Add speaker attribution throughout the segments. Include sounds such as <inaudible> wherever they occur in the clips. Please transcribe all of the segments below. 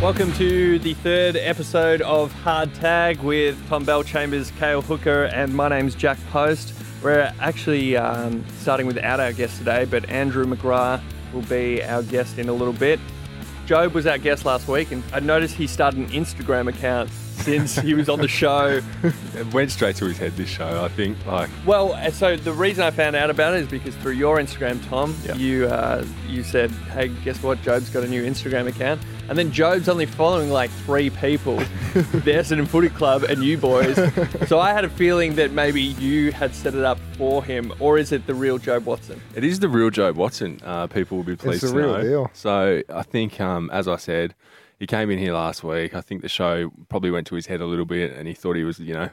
Speaker 1: Welcome to the third episode of Hard Tag with Tom Bell Chambers, Kale Hooker, and my name's Jack Post. We're actually um, starting without our guest today, but Andrew McGrath will be our guest in a little bit. Job was our guest last week, and I noticed he started an Instagram account since he was on the show.
Speaker 2: It went straight to his head this show, I think. Like
Speaker 1: Well, uh, so the reason I found out about it is because through your Instagram, Tom,
Speaker 2: Yeah.
Speaker 1: you uh, you said, "Hey, guess what? Job's got a new Instagram account." And then Job's only following like three people, the Essendon Footy Club and you boys. so I had a feeling that maybe you had set it up for him, or is it the real Job Watson?
Speaker 2: it is the real Joe Watson. Uh, people will be pleased
Speaker 3: the
Speaker 2: to
Speaker 3: real
Speaker 2: know.
Speaker 3: deal.
Speaker 2: So I think, um, as I said, he came in here last week. I think the show probably went to his head a little bit, and he thought he was, you know,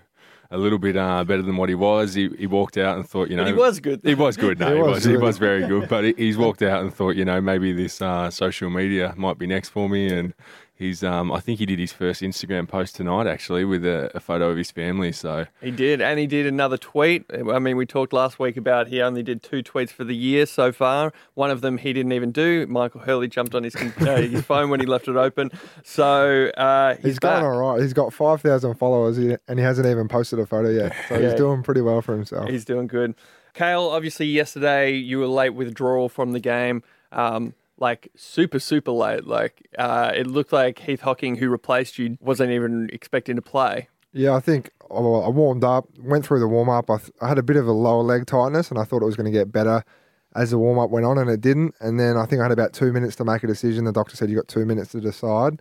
Speaker 2: a little bit uh, better than what he was. He, he walked out and thought, you know,
Speaker 1: But he was good.
Speaker 2: He was good. No, he,
Speaker 3: He
Speaker 2: was.
Speaker 3: was
Speaker 2: He
Speaker 3: good.
Speaker 2: was very good. But he, he's walked out and thought, you know, maybe this uh, social media might be next for me. And he's, um, I think he did his first Instagram post tonight actually with a, a photo of his family. So
Speaker 1: He did, and he did another tweet. I mean, we talked last week about he only did two tweets for the year so far. One of them he didn't even do. Michael Hurley jumped on his con- <laughs> uh, his phone when he left it open. So uh, he's,
Speaker 3: He's going
Speaker 1: back.
Speaker 3: all right. He's got 5,000 followers he- and he hasn't even posted a photo yet. So
Speaker 1: Yeah.
Speaker 3: he's doing pretty well for himself.
Speaker 1: He's doing good. Kale, obviously, yesterday you were late withdrawal from the game, um, like super, super late. Like uh, it looked like Heath Hocking, who replaced you, wasn't even expecting to play.
Speaker 3: yeah, I think I I warmed up, went through the warm up. I, th- I had a bit of a lower leg tightness and I thought it was going to get better as the warm up went on and it didn't. And then I think I had about two minutes to make a decision. The doctor said, you got two minutes to decide.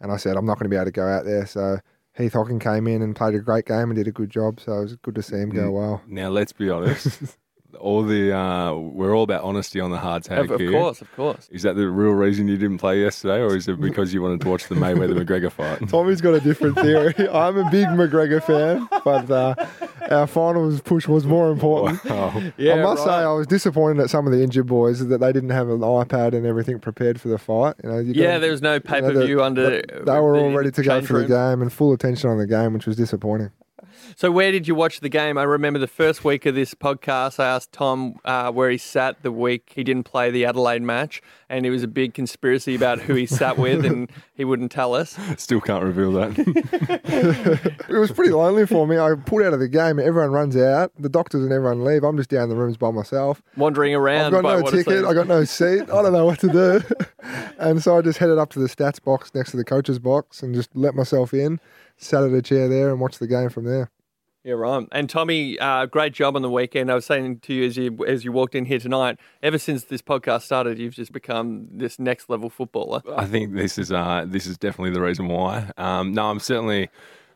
Speaker 3: And I said, I'm not going to be able to go out there. So Heath Hocking came in and played a great game and did a good job. So it was good to see him
Speaker 1: Mm-hmm.
Speaker 3: go well.
Speaker 2: Now let's be honest.
Speaker 1: <laughs>
Speaker 2: all the uh, we're all about honesty on the hard tag
Speaker 1: Of, of
Speaker 2: here.
Speaker 1: course, of course.
Speaker 2: Is that the real reason you didn't play yesterday, or
Speaker 1: <laughs>
Speaker 2: is it because you wanted to watch the Mayweather McGregor fight? <laughs>
Speaker 3: Tommy's got a different theory. <laughs> I'm a big McGregor fan, but uh, our finals push was more important.
Speaker 2: Wow.
Speaker 1: <laughs> Yeah,
Speaker 3: I must
Speaker 1: right.
Speaker 3: say, I was disappointed at some of the injured boys that they didn't have an iPad and everything prepared for the fight. You know, you
Speaker 1: Yeah,
Speaker 3: gotta-
Speaker 1: there was no
Speaker 3: you
Speaker 1: pay
Speaker 3: know,
Speaker 1: per view
Speaker 3: the-
Speaker 1: under.
Speaker 3: the- They were all
Speaker 1: the
Speaker 3: ready to go
Speaker 1: change
Speaker 3: for the
Speaker 1: room.
Speaker 3: game and full attention on the game, which was disappointing.
Speaker 1: So, where did you watch the game? I remember the first week of this podcast, I asked Tom uh, where he sat the week he didn't play the Adelaide match, and it was a big conspiracy about who he sat with, and he wouldn't tell us.
Speaker 2: Still can't
Speaker 1: <laughs>
Speaker 2: reveal that.
Speaker 3: It was pretty lonely for me. I pulled out of the game. Everyone runs out. The doctors and everyone leave. I'm just down in the rooms by myself.
Speaker 1: Wandering around.
Speaker 3: I've got
Speaker 1: by
Speaker 3: no
Speaker 1: what it's
Speaker 3: ticket.
Speaker 1: like.
Speaker 3: I got no seat. I don't know what to do. and so I just headed up to the stats box next to the coach's box and just let myself in, sat at a chair there and watched the game from there.
Speaker 1: Yeah, right. And Tommy, uh, great job on the weekend. I was saying to you as you as you walked in here tonight. Ever since this podcast started, you've just become this next level footballer.
Speaker 2: I think this is uh, this is definitely the reason why. Um, no, I'm certainly.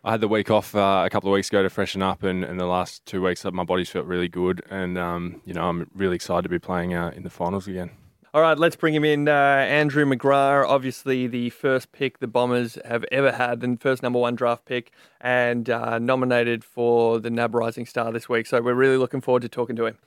Speaker 2: I had the week off uh, a couple of weeks ago to freshen up, and, and the last two weeks, uh, my body's felt really good, and um, you know I'm really excited to be playing uh, in the finals again.
Speaker 1: All right, let's bring him in. Uh, Andrew McGrath, obviously the first pick the Bombers have ever had, the first number one draft pick, and uh, nominated for the NAB Rising Star this week. So we're really looking forward to talking to him.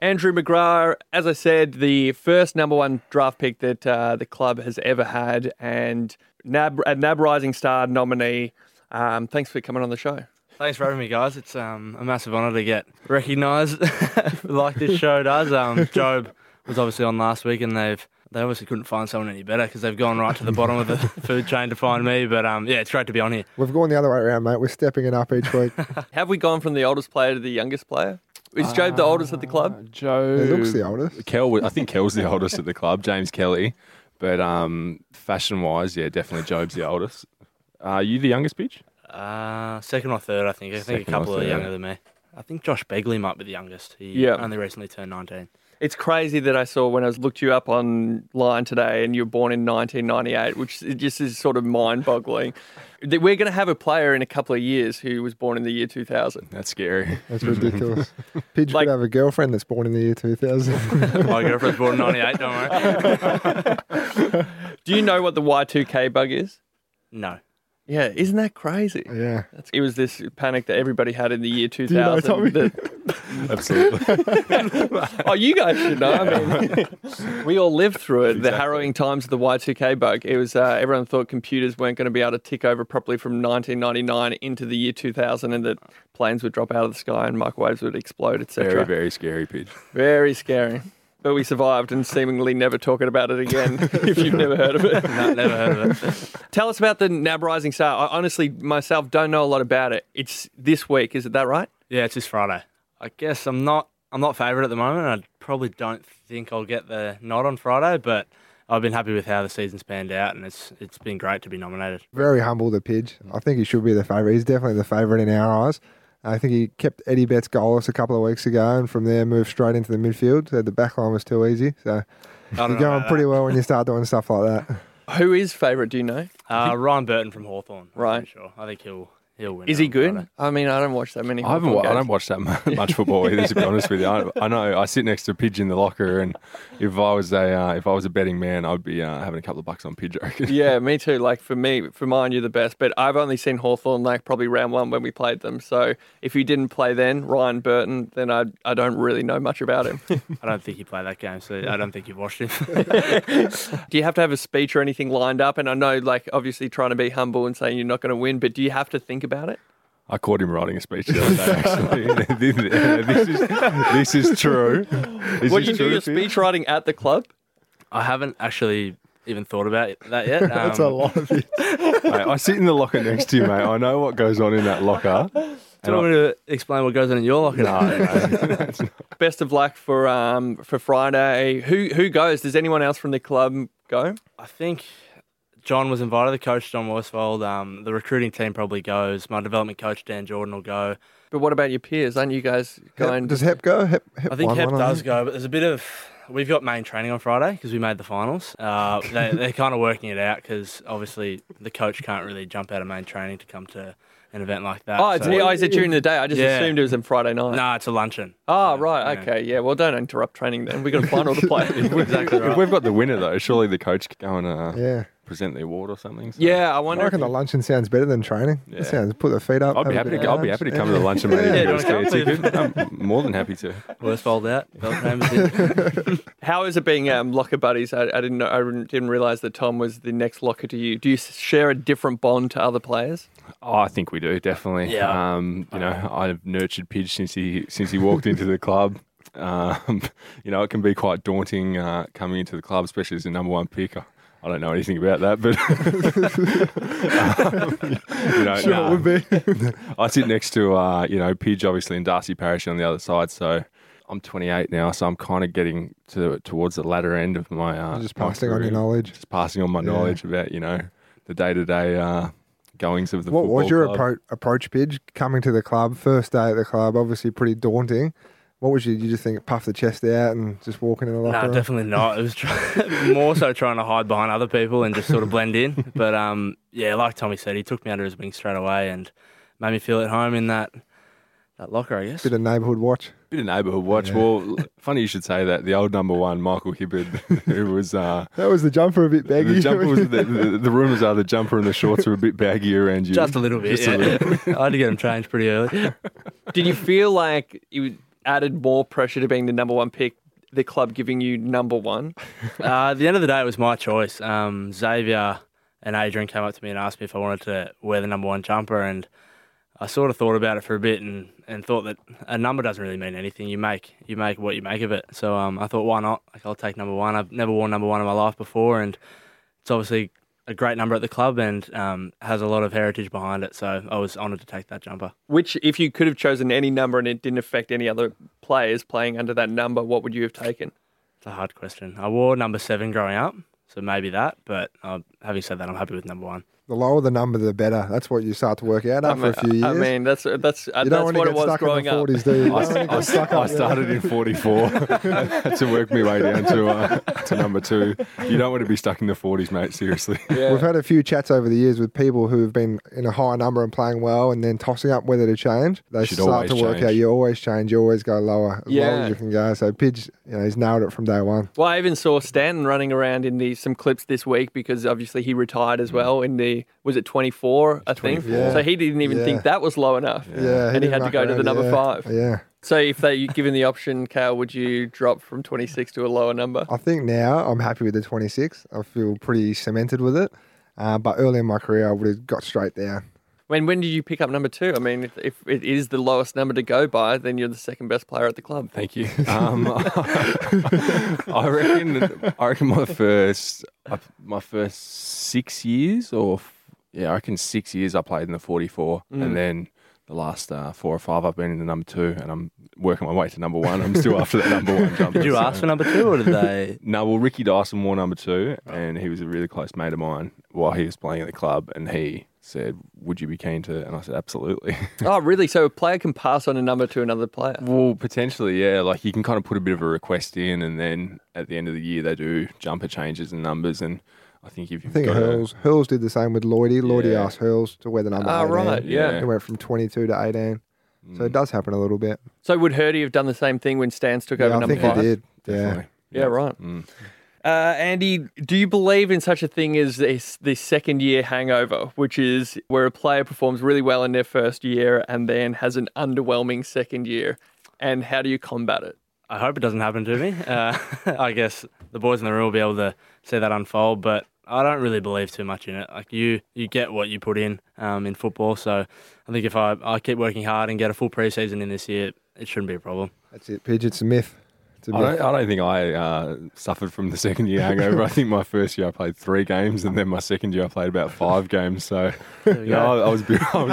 Speaker 1: Andrew McGrath, as I said, the first number one draft pick that uh, the club has ever had, and NAB, a NAB Rising Star nominee. Um, thanks for coming on the show.
Speaker 4: Thanks for having me, guys. It's um, a massive honour to get recognised <laughs> like this show does. Um, Job was obviously on last week, and they've they obviously couldn't find someone any better because they've gone right to the bottom of the <laughs> food chain to find me. But um, yeah, it's great to be on here.
Speaker 3: We've gone the other way around, mate. We're stepping it up each week. it
Speaker 1: Have we gone from the oldest player to the youngest player? Is Job the oldest at the club?
Speaker 2: Joe
Speaker 3: looks the
Speaker 2: <laughs>
Speaker 3: oldest.
Speaker 2: Kel, was- I think Kel's the oldest at the club, James Kelly. But um, fashion wise, yeah, definitely Job's the oldest. Are you the youngest, Peach?
Speaker 4: Uh, second or third, I think. I think
Speaker 2: Second or
Speaker 4: a couple are
Speaker 2: third.
Speaker 4: younger than me. I think Josh Begley might be the youngest. He
Speaker 1: Yeah.
Speaker 4: only recently turned 19.
Speaker 1: It's crazy that I saw when I was looked you up online today, and you were born in 1998, which it just is sort of mind-boggling. <laughs> that we're going to have a player in a couple of years who was born in the year 2000.
Speaker 2: That's scary.
Speaker 3: That's ridiculous. Pidge
Speaker 1: Like-
Speaker 3: could have a girlfriend that's born in the year 2000.
Speaker 4: My girlfriend's born in 98, don't worry.
Speaker 2: <laughs>
Speaker 1: Do you know what the Y2K bug is?
Speaker 4: No.
Speaker 1: Yeah, isn't that crazy?
Speaker 3: yeah.
Speaker 1: That's- It was this panic that everybody had in the year 2000.
Speaker 3: you know, Tommy?
Speaker 1: that-
Speaker 2: <laughs>
Speaker 1: <laughs>
Speaker 2: Absolutely.
Speaker 1: oh, you guys should know. I mean, <laughs> we all lived through it. The
Speaker 2: Exactly.
Speaker 1: harrowing times of the Y2K bug. It was uh, everyone thought computers weren't going to be able to tick over properly from 1999 into the year 2000, and that planes would drop out of the sky and microwaves would explode, etc.
Speaker 2: Very, very scary, Peach.
Speaker 1: Very scary. but we survived and seemingly never talking about it again if you've never heard of it.
Speaker 2: <laughs>
Speaker 4: No, never heard of it.
Speaker 1: Tell us about the NAB Rising Star. I honestly myself don't know a lot about it. It's this week, is it that right?
Speaker 4: Yeah, it's this Friday. I guess I'm not I'm not favourite at the moment. I probably don't think I'll get the nod on Friday, but I've been happy with how the season's panned out, and it's it's been great to be nominated.
Speaker 3: Very humble to Pidge. I think he should be the favourite. He's definitely the favourite in our eyes. I think he kept Eddie Betts goalless a couple of weeks ago, and from there moved straight into the midfield. So the back line was too easy. So
Speaker 4: I don't
Speaker 3: you're
Speaker 4: know
Speaker 3: going
Speaker 4: about
Speaker 3: pretty well when you start doing stuff like that.
Speaker 1: Who is favourite, do you know?
Speaker 4: that. Uh, Ryan Burton from Hawthorn.
Speaker 1: Right.
Speaker 4: sure. I think he'll he'll win.
Speaker 1: Is
Speaker 4: it
Speaker 1: he
Speaker 4: on
Speaker 1: good?
Speaker 4: Friday.
Speaker 1: I mean, I don't watch that many.
Speaker 2: I haven't.
Speaker 1: football
Speaker 2: Wa- I
Speaker 1: games.
Speaker 2: don't watch that mu- much football either. To be honest with you, I, I know I sit next to a Pidge in the locker, and if I was a uh, if I was a betting man, I'd be uh, having a couple of bucks on Pidge. I reckon.
Speaker 1: Yeah, me too. Like for me, for mine, you're the best. But I've only seen Hawthorn like probably round one when we played them. So if you didn't play then, Ryan Burton, then I I don't really know much about him.
Speaker 4: I don't think he played that game, so I don't think you've watched him.
Speaker 1: do you have to have a speech or anything lined up? And I know, like, obviously trying to be humble and saying you're not going to win, but do you have to think about it?
Speaker 2: I caught him writing a speech the other day. Actually, <laughs> this is this is true. This
Speaker 1: Would
Speaker 2: is
Speaker 1: you do
Speaker 2: true,
Speaker 1: your
Speaker 2: Pidge.
Speaker 1: speech writing at the club?
Speaker 4: I haven't actually even thought about it- that yet.
Speaker 3: That's
Speaker 4: Um,
Speaker 3: a lot
Speaker 4: <laughs>
Speaker 3: of it.
Speaker 2: Mate, I sit in the locker next to you, mate. I know what goes on in that locker.
Speaker 4: Do you want me to explain what goes on in your locker?
Speaker 2: No, no.
Speaker 1: Best of luck for um for Friday. Who who goes? Does anyone else from the club go?
Speaker 4: <laughs> I think John was invited, the coach, John Weisfeld. Um, the recruiting team probably goes. My development coach, Dan Jordan, will go.
Speaker 1: But what about your peers? Aren't you guys going?
Speaker 3: Hep, does Hep go? Hep, Hep
Speaker 4: I think
Speaker 3: won
Speaker 4: Hep
Speaker 3: one,
Speaker 4: does
Speaker 3: think.
Speaker 4: go, but there's a bit of. We've got main training on Friday because we made the finals. Uh, they, they're kind of working it out because obviously the coach can't really jump out of main training to come to an event like that.
Speaker 1: oh, it's,
Speaker 4: so-
Speaker 1: oh, is it during the day? I just
Speaker 4: Yeah.
Speaker 1: assumed it was on Friday night.
Speaker 4: No, it's a luncheon.
Speaker 1: Oh,
Speaker 4: Yeah,
Speaker 1: right.
Speaker 4: yeah.
Speaker 1: Okay. Yeah. Well, don't interrupt training then. We've got a final <laughs> to play.
Speaker 4: Exactly
Speaker 2: If
Speaker 4: right.
Speaker 2: we've got the winner though, surely the coach could go and uh,
Speaker 3: Yeah.
Speaker 2: present the award or something. so-
Speaker 1: yeah. I
Speaker 3: I
Speaker 1: wonder.
Speaker 3: reckon
Speaker 1: if-
Speaker 3: the luncheon sounds better than training.
Speaker 2: Yeah.
Speaker 3: It sounds put the feet up.
Speaker 2: I'd be
Speaker 3: have
Speaker 2: happy
Speaker 3: a
Speaker 2: to.
Speaker 3: bit of
Speaker 2: I'd be happy to
Speaker 3: lunch.
Speaker 2: come to the luncheon meeting.
Speaker 4: Yeah,
Speaker 2: if
Speaker 4: do
Speaker 2: it
Speaker 4: you
Speaker 2: was
Speaker 4: wanna
Speaker 2: fair
Speaker 4: come?
Speaker 2: ticket. I'm more than happy to.
Speaker 4: Weisfeld out. Beltrame's in.
Speaker 1: How is it being um, locker buddies? I, I didn't know. I didn't realize that Tom was the next locker to you. Do you share a different bond to other players?
Speaker 2: Oh, I think we do definitely.
Speaker 4: Yeah.
Speaker 2: Um, you know, I've nurtured Pidge since he since he walked into the club. Um, <laughs> you know, it can be quite daunting uh, coming into the club, especially as a number one pick. I, I don't know anything about that,
Speaker 3: <laughs>
Speaker 2: but <laughs> um, <laughs> you know,
Speaker 3: Sure,
Speaker 2: nah.
Speaker 3: it would be.
Speaker 2: I sit next to uh, you know Pidge obviously and Darcy Parish on the other side. So I'm 28 now, so I'm kind of getting to towards the latter end of my uh,
Speaker 3: Just
Speaker 2: my
Speaker 3: passing on your
Speaker 2: career.
Speaker 3: knowledge.
Speaker 2: just passing on my
Speaker 3: Yeah.
Speaker 2: knowledge about you know the day to day goings of the.
Speaker 3: what was
Speaker 2: football
Speaker 3: your
Speaker 2: club.
Speaker 3: appro- approach, Pidge, coming to the club, first day at the club? Obviously, pretty daunting. What was you? You just think puff the chest out and just walk into the
Speaker 4: No,
Speaker 3: locker room?
Speaker 4: definitely not. It was try- <laughs> more so trying to hide behind other people and just sort of blend in. But um, yeah, like Tommy said, he took me under his wing straight away and made me feel at home in that that locker. I guess.
Speaker 3: Did a neighbourhood watch.
Speaker 2: Bit of neighbourhood watch. Well, funny you should say that. The old number one, Michael Hibbard, <laughs> who was uh,
Speaker 3: That was the jumper a bit baggy. <laughs>
Speaker 2: the jumper. Was, the, the, the rumours are the jumper and the shorts were a bit baggy around you.
Speaker 4: Just a little bit.
Speaker 2: Just a
Speaker 4: yeah. <laughs>
Speaker 2: little
Speaker 4: I had to get him changed pretty early.
Speaker 1: Did you feel like you added more pressure to being the number one pick? The club giving you number one.
Speaker 4: Uh, at the end of the day, it was my choice. Um, Xavier and Adrian came up to me and asked me if I wanted to wear the number one jumper, and I sort of thought about it for a bit and, and thought that a number doesn't really mean anything. You make you make what you make of it. So um, I thought, why not? Like I'll take number one. I've never worn number one in my life before, and it's obviously a great number at the club and um, has a lot of heritage behind it. So I was honoured to take that jumper.
Speaker 1: Which, if you could have chosen any number and it didn't affect any other players playing under that number, what would you have taken?
Speaker 4: It's a hard question. I wore number seven growing up, so maybe that. But uh, having said that, I'm happy with number one.
Speaker 3: the lower the number, the better. That's what you start to work out after
Speaker 1: I
Speaker 3: a few years.
Speaker 1: I mean, that's that's uh,
Speaker 3: you don't
Speaker 1: that's
Speaker 3: want to
Speaker 1: what it
Speaker 3: get
Speaker 1: was
Speaker 3: stuck in
Speaker 1: growing
Speaker 3: the
Speaker 1: up.
Speaker 3: 40s, do you? You
Speaker 2: I,
Speaker 3: don't wanna get
Speaker 2: I-
Speaker 3: stuck
Speaker 2: I
Speaker 3: up there.
Speaker 2: started in 44 <laughs> had to work my way down to uh, to number two. You don't want to be stuck in the 40s, mate. Seriously.
Speaker 3: We've had a few chats over the years with people who have been in a high number and playing well, and then tossing up whether to change. They
Speaker 2: Should always
Speaker 3: start to work
Speaker 2: change.
Speaker 3: out. You always change. You always go lower, as low
Speaker 1: Yeah.
Speaker 3: as you can go. So Pidge, you know, he's nailed it from day one.
Speaker 1: Well, I even saw Stanton running around in the some clips this week because obviously he retired
Speaker 3: Mm.
Speaker 1: as well in the was it 24 I think.
Speaker 2: 24. Yeah.
Speaker 1: So he didn't even
Speaker 3: Yeah.
Speaker 1: think that was low enough.
Speaker 3: Yeah,
Speaker 1: And he
Speaker 3: didn't
Speaker 1: had to
Speaker 3: muck
Speaker 1: go to the
Speaker 3: around,
Speaker 1: number
Speaker 3: yeah.
Speaker 1: five.
Speaker 3: Yeah.
Speaker 1: So if they given the option, Cal, would you drop from 26 to a lower number?
Speaker 3: I think now I'm happy with the 26. I feel pretty cemented with it. Uh, but early in my career, I would have got straight down.
Speaker 1: When when did you pick up number two? I mean, if, if it is the lowest number to go by, then you're the second best player at the
Speaker 3: <laughs>
Speaker 1: club.
Speaker 2: Thank you. <laughs> Um, I reckon. I reckon my first, uh, my first six years, or f- yeah, I reckon six years I played in the forty-four,
Speaker 1: Mm.
Speaker 2: and then the last uh, four or five I've been in the number two, and I'm working my way to number one. I'm still after that number one jump.
Speaker 4: Did you ask for number two or did they?
Speaker 2: No, well, Ricky Dyson wore number two, and he was a really close mate of mine while he was playing at the club, and he said, "Would you be keen to?" And I said, "Absolutely." <laughs>
Speaker 1: Oh, really? So a player can pass on a number to another player.
Speaker 2: Well, potentially, yeah. Like you can kind of put a bit of a request in, and then at the end of the year they do jumper changes and numbers. And I think if
Speaker 3: I
Speaker 2: you've
Speaker 3: think
Speaker 2: got a,
Speaker 3: Hurls Hurls did the same with Lloydie. Lloydie
Speaker 2: Yeah.
Speaker 3: asked Hurls to wear the number.
Speaker 1: Ah,
Speaker 3: 18.
Speaker 1: right. Yeah.
Speaker 3: It went from 22 to 18. So
Speaker 2: Mm.
Speaker 3: it does happen a little bit.
Speaker 1: So would Hurdy have done the same thing when Stans took over
Speaker 3: Yeah, I
Speaker 1: number
Speaker 3: think
Speaker 1: five?
Speaker 3: it did. Yeah.
Speaker 2: definitely.
Speaker 1: Yeah, right.
Speaker 2: Mm.
Speaker 1: Uh, Andy, do you believe in such a thing as this the second year hangover, which is where a player performs really well in their first year and then has an underwhelming second year? And how do you combat it?
Speaker 4: I hope it doesn't happen to me. <laughs> Uh, I guess the boys in the room will be able to see that unfold, but I don't really believe too much in it. Like you, you get what you put in um, in football. So I think if I, I keep working hard and get a full preseason in this year, it shouldn't be a problem.
Speaker 3: That's it, Pidge. It's a myth. It's a
Speaker 2: I
Speaker 3: myth.
Speaker 2: don't, I don't think I uh, suffered from the second year hangover. I think my first year I played three games, and then my second year I played about five games. So
Speaker 4: There we
Speaker 2: you know,
Speaker 4: go.
Speaker 2: I, I was, bu- I was <laughs>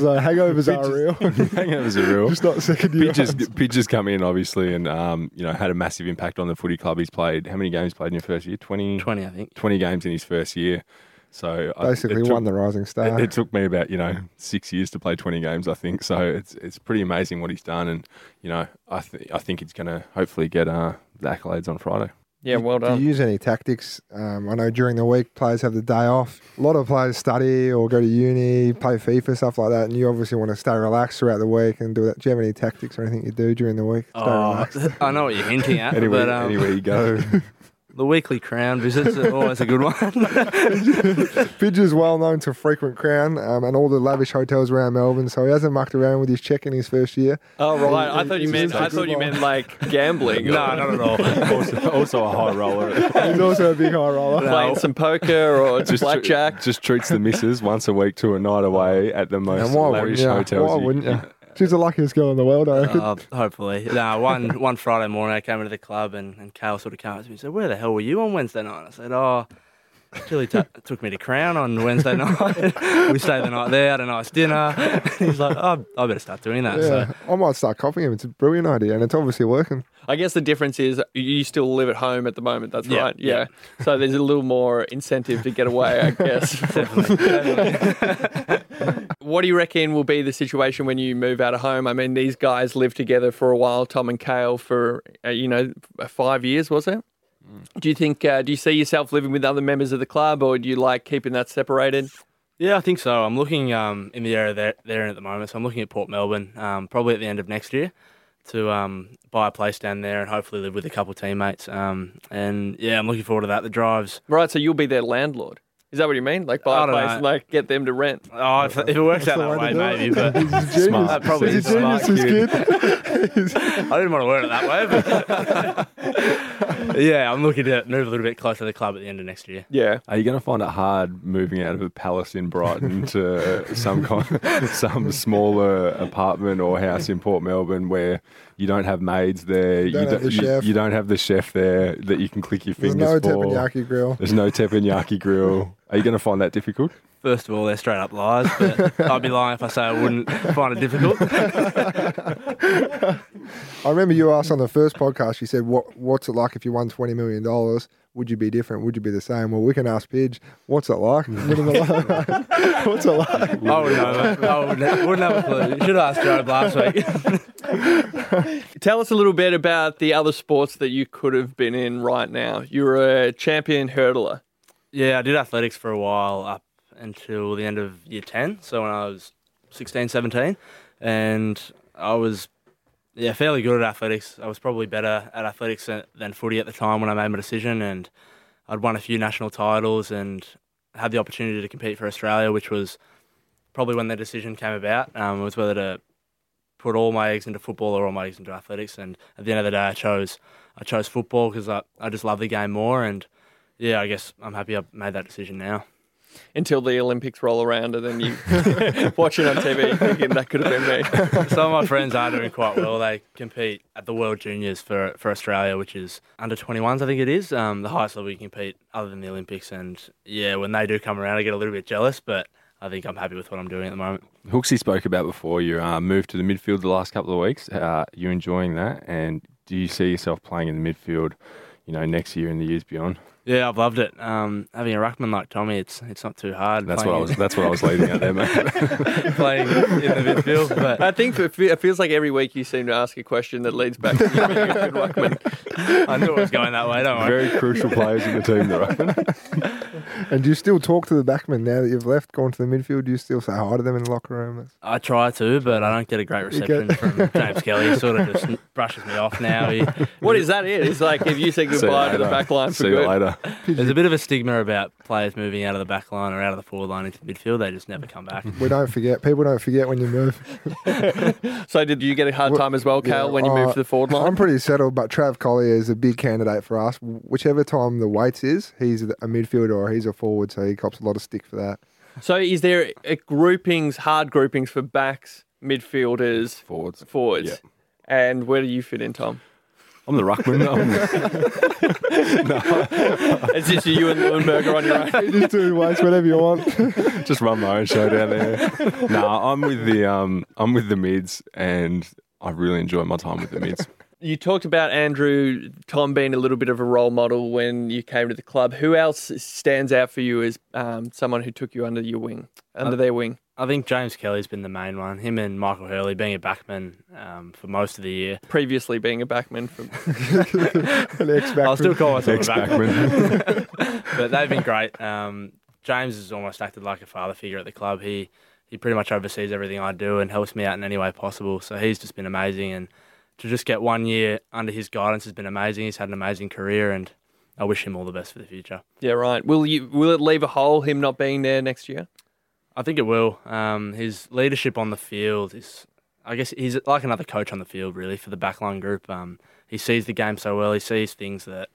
Speaker 3: Hangovers, uh, hangovers
Speaker 2: Pidge's-
Speaker 3: are real.
Speaker 2: <laughs> hangovers are real.
Speaker 3: Just not second year.
Speaker 2: Pidge's,
Speaker 3: ones.
Speaker 2: Pidge's come in obviously, and um, you know had a massive impact on the footy club. He's played how many games played in your first year? Twenty.
Speaker 4: Twenty, I think.
Speaker 2: 20 games in his first year. So I- it
Speaker 3: Basically,
Speaker 2: took-
Speaker 3: won the Rising Star.
Speaker 2: It, it took me about you know six years to play 20 games, I think. So it's it's pretty amazing what he's done, and you know I th- I think he's going to hopefully get uh, the accolades on Friday.
Speaker 1: Yeah, well
Speaker 3: Do
Speaker 1: done.
Speaker 3: you use any tactics? Um, I know during the week players have the day off. A lot of players study or go to uni, play FIFA, stuff like that. And you obviously want to stay relaxed throughout the week and do that. Do you have any tactics or anything you do during the week? to Stay
Speaker 4: Oh,
Speaker 3: relaxed.
Speaker 4: <laughs> I know what you're
Speaker 2: <laughs>
Speaker 4: hinting at,
Speaker 2: Anywhere,
Speaker 4: but um,
Speaker 2: anywhere you go,
Speaker 4: the weekly crown visits are always a good <laughs> one.
Speaker 3: Fidge is well known to frequent Crown um, and all the lavish hotels around Melbourne, so he hasn't mucked around with his check in his first year.
Speaker 1: Oh right, I thought you
Speaker 3: It's
Speaker 1: meant
Speaker 3: just a
Speaker 1: I thought
Speaker 3: good
Speaker 1: you
Speaker 3: one.
Speaker 1: meant like
Speaker 4: <laughs>
Speaker 1: gambling.
Speaker 4: no,
Speaker 1: or
Speaker 4: not at all.
Speaker 2: also, also a high roller.
Speaker 3: He's also a big high roller.
Speaker 1: Playing some poker or
Speaker 2: Just tr-
Speaker 1: blackjack.
Speaker 2: just treats the missus once a week to a night away at the most
Speaker 3: And why wouldn't
Speaker 2: lavish
Speaker 3: you?
Speaker 2: hotels.
Speaker 3: Why
Speaker 2: you- <laughs>
Speaker 3: wouldn't you? She's the luckiest girl in the world, I reckon.
Speaker 4: <laughs> Uh, hopefully. No,
Speaker 3: <laughs>
Speaker 4: one one Friday morning I came into the club and, and Kale sort of came up to me and said, Where the hell were you on Wednesday night? I said, Oh, Chili t- <laughs> took me to Crown on Wednesday <laughs> night. we stayed the night there, had a nice dinner. <laughs> He's like, Oh, I better start doing that. So
Speaker 3: yeah, I might start copying him. It's a brilliant idea, and it's obviously working.
Speaker 1: I guess the difference is you still live at home at the moment. That's
Speaker 4: Yeah,
Speaker 1: right. Yeah. So there's a little more incentive to get away, I
Speaker 4: <laughs>
Speaker 1: guess. what do you reckon will be the situation when you move out of home? I mean, these guys lived together for a while, Tom and Kale, for uh, you know f- five years, was it?
Speaker 4: Mm.
Speaker 1: Do you think? Uh, do you see yourself living with other members of the club, or do you like keeping that separated?
Speaker 4: Yeah, I think so. I'm looking um, in the area that they're in at the moment. So I'm looking at Port Melbourne, um, probably at the end of next year, to um, buy a place down there and hopefully live with a couple of teammates. Um, and yeah, I'm looking forward to that. The drive's
Speaker 1: Right. So you'll be their landlord. Is that what you mean? Like buy
Speaker 4: I
Speaker 1: a
Speaker 4: don't
Speaker 1: place,
Speaker 4: know.
Speaker 1: and, like get them to rent.
Speaker 4: Oh, if, if it works out
Speaker 3: the
Speaker 4: that
Speaker 3: way
Speaker 4: way,
Speaker 3: to do it.
Speaker 4: maybe.
Speaker 3: <laughs>
Speaker 4: But I
Speaker 3: He's a genius.
Speaker 2: Smart.
Speaker 4: probably
Speaker 3: He's
Speaker 4: is
Speaker 3: a
Speaker 4: a smart
Speaker 3: genius, this
Speaker 2: kid.
Speaker 3: kid.
Speaker 4: didn't want to word it that way. But <laughs> yeah, I'm looking to move a little bit closer to the club at the end of next year.
Speaker 1: Yeah.
Speaker 2: Are you going to find it hard moving out of a palace in
Speaker 3: <laughs>
Speaker 2: Brighton to some kind, some smaller apartment or house in Port Melbourne where you don't have maids there,
Speaker 3: Don't have the
Speaker 2: you,
Speaker 3: chef.
Speaker 2: you don't have the chef there that you can click your
Speaker 3: There's
Speaker 2: fingers
Speaker 3: no
Speaker 2: for?
Speaker 3: teppanyaki grill.
Speaker 2: There's no teppanyaki grill. Are you going to find that difficult?
Speaker 4: First of all, they're straight up lies, but I'd be lying if I say I wouldn't find it difficult.
Speaker 3: I remember you asked on the first podcast, you said, what, What's it like if you won $20 million? Would you be different? Would you be the same? Well, we can ask Pidge, What's it like? Living the life. what's it like?
Speaker 4: I wouldn't know. mate. I wouldn't, wouldn't have a clue. You should have asked Job last week.
Speaker 1: Tell us a little bit about the other sports that you could have been in right now. You're a champion hurdler.
Speaker 4: Yeah, I did athletics for a while up until the end of year 10. So when I was 16, 17, and I was, yeah, fairly good at athletics. I was probably better at athletics than- than footy at the time when I made my decision, and I'd won a few national titles and had the opportunity to compete for Australia, which was probably when the decision came about. Um, it was whether to put all my eggs into football or all my eggs into athletics, and at the end of the day, I chose I chose football because I, I just love the game more and yeah, I guess I'm happy I made that decision now. <laughs>
Speaker 1: until the Olympics roll around, and then you watch it on TV thinking that could have been me.
Speaker 4: Some of my friends are doing quite well. They compete at the World Juniors for for Australia, which is under 21s, I think it is, um, the highest level you can compete other than the Olympics. And yeah, when they do come around, I get a little bit jealous, but I think I'm happy with what I'm doing at the moment.
Speaker 2: Hooksy spoke about before you uh, moved to the midfield the last couple of weeks. Uh, you enjoying that, and do you see yourself playing in the midfield? You know, next year and the years beyond.
Speaker 4: Yeah, I've loved it. Um, having a ruckman like Tommy, it's it's not too hard.
Speaker 2: That's what I
Speaker 4: playing <laughs>
Speaker 2: was. That's what I was leading at there, mate.
Speaker 4: playing in the midfield, but
Speaker 1: I think it fe- it feels like every week you seem to ask a question that leads back to you being a good ruckman.
Speaker 4: I knew it was going that way.
Speaker 2: <laughs>
Speaker 4: Don't
Speaker 2: <laughs> Very
Speaker 4: worry.
Speaker 2: crucial players in the team,
Speaker 4: <laughs>
Speaker 2: though.
Speaker 3: And do you still talk to the backman now that you've left, gone to the midfield? Do you still say hi to them in the locker room? That's-
Speaker 4: I try to, but I don't get a great reception from James Kelly. He sort of just brushes me off now. He,
Speaker 1: What is that? It? It's like if you said
Speaker 2: See you
Speaker 1: goodbye to the
Speaker 2: later.
Speaker 1: back line for
Speaker 2: See you
Speaker 1: good.
Speaker 2: later.
Speaker 4: there's a bit of a stigma about players moving out of the back line or out of the forward line into the midfield. They just never come back.
Speaker 3: We don't forget. People don't forget when you move.
Speaker 1: So did you get a hard
Speaker 3: Well,
Speaker 1: time as well, Cal, when you
Speaker 3: uh,
Speaker 1: moved to the forward line?
Speaker 3: I'm pretty settled, but Trav Collier is a big candidate for us. Whichever time the weights is, he's a midfielder or he's a forward, so he cops a lot of stick for that.
Speaker 1: So is there a groupings, hard groupings for backs, midfielders,
Speaker 2: Forwards.
Speaker 1: forwards?
Speaker 2: Yeah.
Speaker 1: And where do you fit in, Tom?
Speaker 2: I'm the ruckman.
Speaker 4: <laughs>
Speaker 2: I'm-
Speaker 1: <laughs> It's just you and Lundberger on your own.
Speaker 3: You just do weights whenever you want.
Speaker 2: <laughs> just run my own show down there. nah, I'm with the um, I'm with the mids, and I really enjoy my time with the mids.
Speaker 1: <laughs> You talked about Andrew, Tom being a little bit of a role model when you came to the club. Who else stands out for you as um, someone who took you under your wing, under their wing?
Speaker 4: I think James Kelly's been the main one. Him and Michael Hurley being a backman um, for most of the year.
Speaker 1: Previously being a backman from
Speaker 3: An ex-backman.
Speaker 4: I'll still call myself a
Speaker 2: Ex
Speaker 4: backman,
Speaker 2: backman.
Speaker 4: <laughs> but they've been great. Um, James has almost acted like a father figure at the club. He he pretty much oversees everything I do and helps me out in any way possible. So he's just been amazing, and to just get one year under his guidance has been amazing. He's had an amazing career, and I wish him all the best for the future.
Speaker 1: yeah right. Will you will it leave a hole him not being there next year?
Speaker 4: I think it will. Um, his leadership on the field is, I guess, he's like another coach on the field, really, for the backline group. Um, he sees the game so well. He sees things that,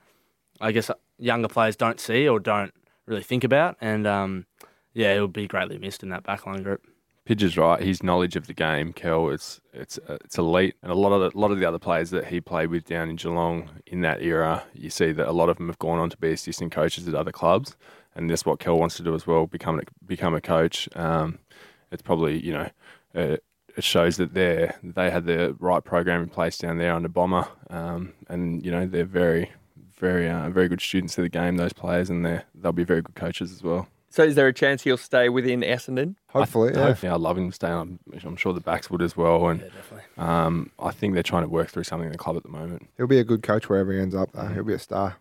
Speaker 4: I guess, younger players don't see or don't really think about. And um, yeah, he'll be greatly missed in that backline group.
Speaker 2: Pidge's right. His knowledge of the game, Kel, it's it's uh, it's elite, and a lot of the, lot of the other players that he played with down in Geelong in that era, you see that a lot of them have gone on to be assistant coaches at other clubs, and that's what Kel wants to do as well. Become a, become a coach. Um, it's probably you know. Uh, it shows that they they had the right program in place down there under Bomber, um, and you know they're very, very, uh, very good students of the game. Those players, and they they'll be very good coaches as well.
Speaker 1: So is there a chance he'll stay within Essendon?
Speaker 3: Hopefully, yeah.
Speaker 2: Hopefully, I love him staying. I'm, I'm sure the backs would as well. And
Speaker 4: Yeah, definitely.
Speaker 2: um, I think they're trying to work through something in the club at the moment.
Speaker 3: He'll be a good coach wherever he ends up, though. He'll be a star.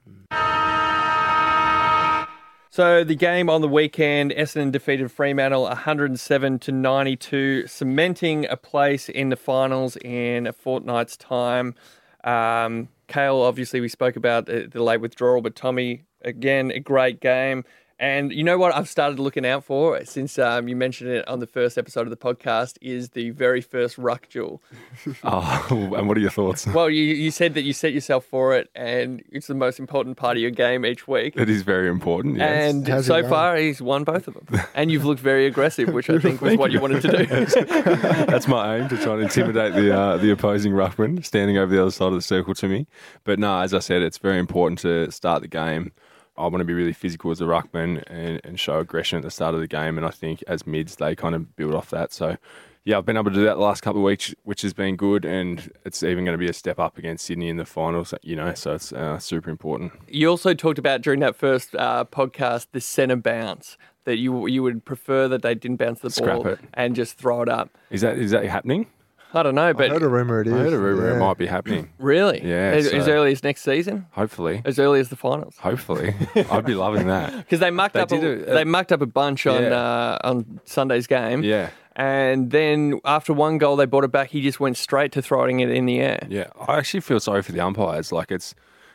Speaker 1: So the game on the weekend, Essendon defeated Fremantle 107 to 92, cementing a place in the finals in a fortnight's time. Um, Kale, obviously, we spoke about the, the late withdrawal, but Tommy, again, a great game. And you know what I've started looking out for since um, you mentioned it on the first episode of the podcast is the very first ruck duel.
Speaker 2: <laughs> Oh, <laughs> and what are your thoughts?
Speaker 1: Well, you, you said that you set yourself for it, and it's the most important part of your game each week.
Speaker 2: It is very important. Yes.
Speaker 1: And
Speaker 3: How's it
Speaker 1: so
Speaker 3: going?
Speaker 1: far, he's won both of them. And you've looked very aggressive, which I think was what you wanted to do. <laughs>
Speaker 2: <laughs> That's my aim to try and intimidate the uh, the opposing ruckman standing over the other side of the circle to me. But no, as I said, it's very important to start the game. I want to be really physical as a ruckman and, and show aggression at the start of the game. And I think as mids, they kind of build off that. So yeah, I've been able to do that the last couple of weeks, which has been good. And it's even going to be a step up against Sydney in the finals, you know. So it's uh, super important.
Speaker 1: You also talked about during that first uh, podcast the centre bounce that you you would prefer that they didn't bounce the
Speaker 2: Scrap
Speaker 1: ball
Speaker 2: it.
Speaker 1: and just throw it up.
Speaker 2: Is that is that happening?
Speaker 1: I don't know,
Speaker 3: I heard
Speaker 1: but
Speaker 3: a rumor it is.
Speaker 2: I heard a rumor
Speaker 3: Yeah.
Speaker 2: it might
Speaker 1: <clears throat>
Speaker 2: be happening.
Speaker 1: really,
Speaker 2: Yeah,
Speaker 1: as, as
Speaker 2: so-
Speaker 1: early as next season,
Speaker 2: Hopefully,
Speaker 1: as early as the finals, <laughs>
Speaker 2: hopefully, I'd be loving that.
Speaker 1: because they mucked
Speaker 2: They
Speaker 1: up a,
Speaker 2: did a-
Speaker 1: they mucked up a bunch on
Speaker 2: Yeah.
Speaker 1: uh, on Sunday's game.
Speaker 2: Yeah.
Speaker 1: And then after one goal, they brought it back. He just went straight to throwing it in the air.
Speaker 2: Yeah, I actually feel sorry for the umpires. Like it's,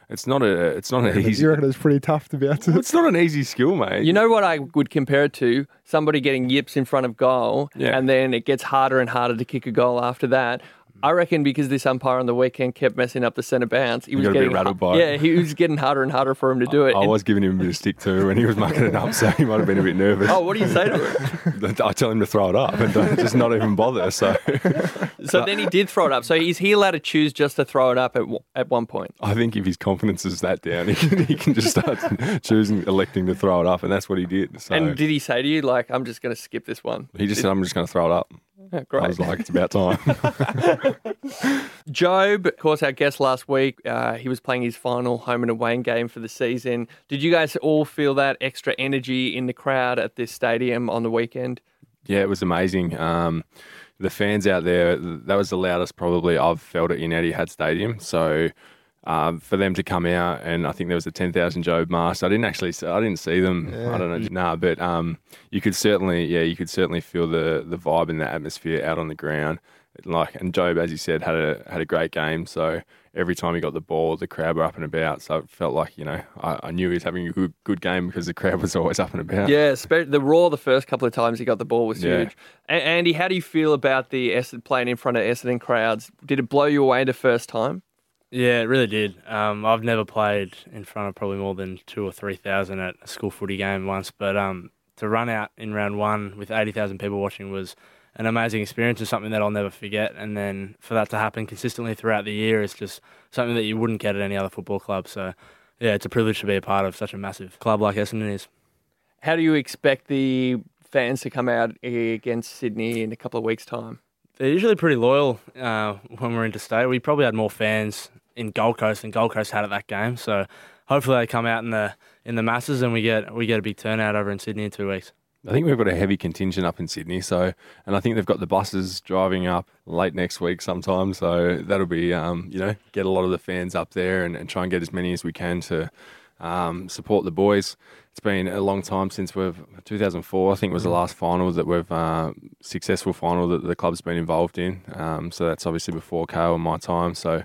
Speaker 2: it's not a, it's not an easy, <laughs>
Speaker 3: You reckon it's pretty tough to be able to?
Speaker 2: it's not an easy skill, mate.
Speaker 1: You know what I would compare it to? Somebody getting yips in front of goal,
Speaker 2: Yeah.
Speaker 1: and then it gets harder and harder to kick a goal after that. I reckon because this umpire on the weekend kept messing up the centre bounce, he was
Speaker 2: got a bit
Speaker 1: getting
Speaker 2: rattled
Speaker 1: hu-
Speaker 2: by
Speaker 1: yeah,
Speaker 2: it.
Speaker 1: he was getting harder and harder for him to do it.
Speaker 2: I
Speaker 1: And-
Speaker 2: was giving him a bit of stick too when he was mucking it up, so he might have been a bit nervous. <laughs>
Speaker 1: Oh, what do you say to him?
Speaker 2: I tell him to throw it up and don't, just not even bother. So
Speaker 1: So then he did throw it up. So is he allowed to choose just to throw it up at w- at one point?
Speaker 2: I think if his confidence is that down, he can, he can just start <laughs> choosing, electing to throw it up, and that's what he did. So
Speaker 1: And did he say to you like, "I'm just going to skip this one"? <laughs>
Speaker 2: he just said, "I'm just going to throw it up."
Speaker 1: Yeah,
Speaker 2: I
Speaker 1: great.
Speaker 2: was like, "It's
Speaker 1: <laughs>
Speaker 2: about time."
Speaker 1: Job, of course, our guest last week. Uh, he was playing his final home and away game for the season. Did you guys all feel that extra energy in the crowd at this stadium on the weekend?
Speaker 2: Yeah, it was amazing. Um, the fans out there, th- that was the loudest probably I've felt it in Etihad Stadium. So um, for them to come out, and I think there was a ten thousand Job mask. I didn't actually, s- I didn't see them. I don't know, nah. But um, you could certainly, yeah, you could certainly feel the the vibe and the atmosphere out on the ground. Like and Job, as you said, had a had a great game. So every time he got the ball, the crowd were up and about. So it felt like you know I, I knew he was having a good good game because the crowd was always up and about.
Speaker 1: Yeah, spe- the roar the first couple of times he got the ball was
Speaker 2: Yeah.
Speaker 1: huge. A- Andy, how do you feel about the Essendon playing in front of Essendon crowds? Did it blow you away the first time?
Speaker 4: Yeah, it really did. Um, I've never played in front of probably more than two or three thousand at a school footy game once, but um, to run out in round one with eighty thousand people watching was an amazing experience and something that I'll never forget. And then for that to happen consistently throughout the year is just something that you wouldn't get at any other football club. So, yeah, it's a privilege to be a part of such a massive club like Essendon is.
Speaker 1: How do you expect the fans to come out against Sydney in a couple of weeks' time?
Speaker 4: They're usually pretty loyal uh, when we're interstate. We probably had more fans in Gold Coast than Gold Coast had at that game. So hopefully they come out in the in the masses and we get we get a big turnout over in Sydney in two weeks.
Speaker 2: I think we've got a heavy contingent up in Sydney, so and I think they've got the buses driving up late next week sometime. So that'll be, um, you know, get a lot of the fans up there and, and try and get as many as we can to um, support the boys. It's been a long time since we've 2004. I think was the last final that we've uh, successful final that the club's been involved in. Um, so that's obviously before Kale and my time. So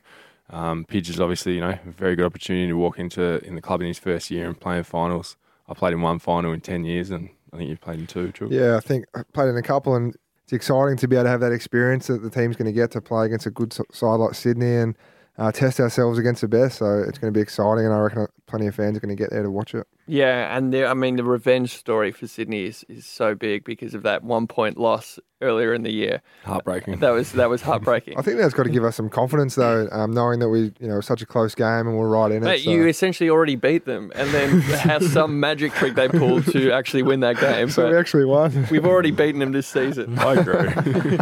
Speaker 2: um, Pidge is obviously you know a very good opportunity to walk into in the club in his first year and play in finals. I played in one final in ten years, and I think you've played in two. True.
Speaker 3: Yeah, I think I played in a couple, and it's exciting to be able to have that experience that the team's going to get to play against a good s- side like Sydney and uh, test ourselves against the best. So it's going to be exciting, and I reckon uh, plenty of fans are going to get there to watch it.
Speaker 1: Yeah, and the, I mean the revenge story for Sydney is, is so big because of that one point loss earlier in the year.
Speaker 2: Heartbreaking.
Speaker 1: That was that was heartbreaking.
Speaker 3: I think that's got to give us some confidence, though, um, knowing that we, you know, such a close game and we're right in it.
Speaker 1: Mate,
Speaker 3: so-
Speaker 1: you essentially already beat them, and then have some magic trick they pulled to actually win that game.
Speaker 3: <laughs> so
Speaker 1: but-
Speaker 3: we actually
Speaker 2: <laughs>
Speaker 3: won.
Speaker 1: We've already beaten them this season.
Speaker 2: <laughs> I agree.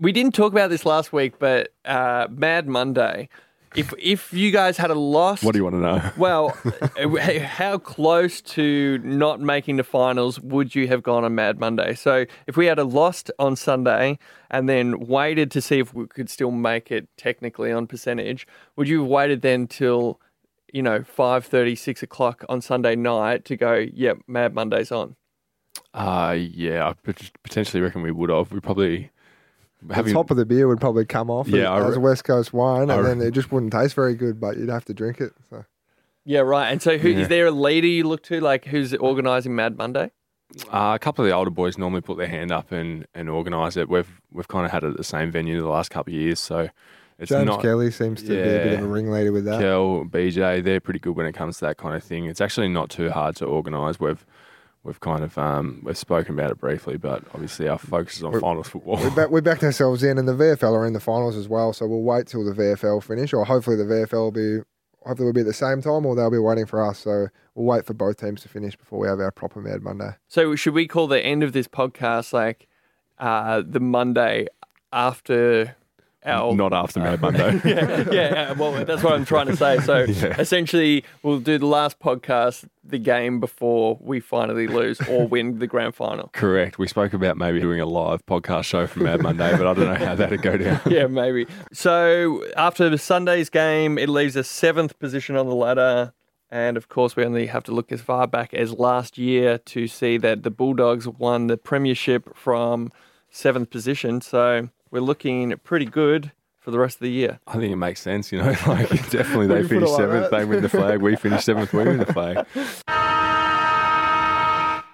Speaker 1: We didn't talk about this last week, but uh, Mad Monday. If if you guys had a loss,
Speaker 2: what do you want to know?
Speaker 1: well, uh, how close to not making the finals would you have gone on Mad Monday? So if we had a lost on Sunday and then waited to see if we could still make it technically on percentage, would you have waited then till you know five thirty, six o'clock on Sunday night to go? Yep, Mad Monday's on.
Speaker 2: Uh, yeah, I pot- potentially reckon we would have. We probably
Speaker 3: the
Speaker 2: having
Speaker 3: top of the beer would probably come off
Speaker 2: Yeah, I
Speaker 3: as,
Speaker 2: re-
Speaker 3: as a West Coast wine,
Speaker 2: I
Speaker 3: and
Speaker 2: re-
Speaker 3: then it just wouldn't taste very good, but you'd have to drink it. So.
Speaker 1: Yeah, right. And so, who is
Speaker 2: Yeah.
Speaker 1: there a leader you look to, like who's organising Mad Monday?
Speaker 2: uh, a couple of the older boys normally put their hand up and, and organise it. We've we've kind of had it at the same venue the last couple of years, so it's
Speaker 3: James
Speaker 2: not
Speaker 3: Kelly seems to be a bit
Speaker 2: Yeah.
Speaker 3: of a ringleader with that.
Speaker 2: Kel, BJ, they're pretty good when it comes to that kind of thing. It's actually not too hard to organise. We've we've kind of um, we've spoken about it briefly, but obviously our focus is on finals football. <laughs>
Speaker 3: We, back, we backed ourselves in, and the VFL are in the finals as well. So we'll wait till the VFL finish, or hopefully the VFL will be, hopefully we'll be at the same time, or they'll be waiting for us. So we'll wait for both teams to finish before we have our proper Mad Monday.
Speaker 1: So, should we call the end of this podcast like uh, the Monday after our?
Speaker 2: Not after Mad
Speaker 3: <laughs>
Speaker 2: Monday.
Speaker 1: yeah, <laughs> yeah, uh, well, that's what I'm trying to say. So, essentially, we'll do the last podcast, the game before we finally lose or win the grand final. <laughs>
Speaker 2: Correct. We spoke about maybe doing a live podcast show from Mad Monday, but I don't know how that'd go down.
Speaker 1: Yeah, maybe. So, after the Sunday's game, it leaves us seventh position on the ladder. And of course, we only have to look as far back as last year to see that the Bulldogs won the Premiership from seventh position. So, we're looking pretty good for the rest of the year.
Speaker 2: I think it makes sense, you know. <laughs> Like definitely they
Speaker 3: When you put it
Speaker 2: finish
Speaker 3: like
Speaker 2: seventh,
Speaker 3: that.
Speaker 2: they win the flag. We finish seventh, we win the flag.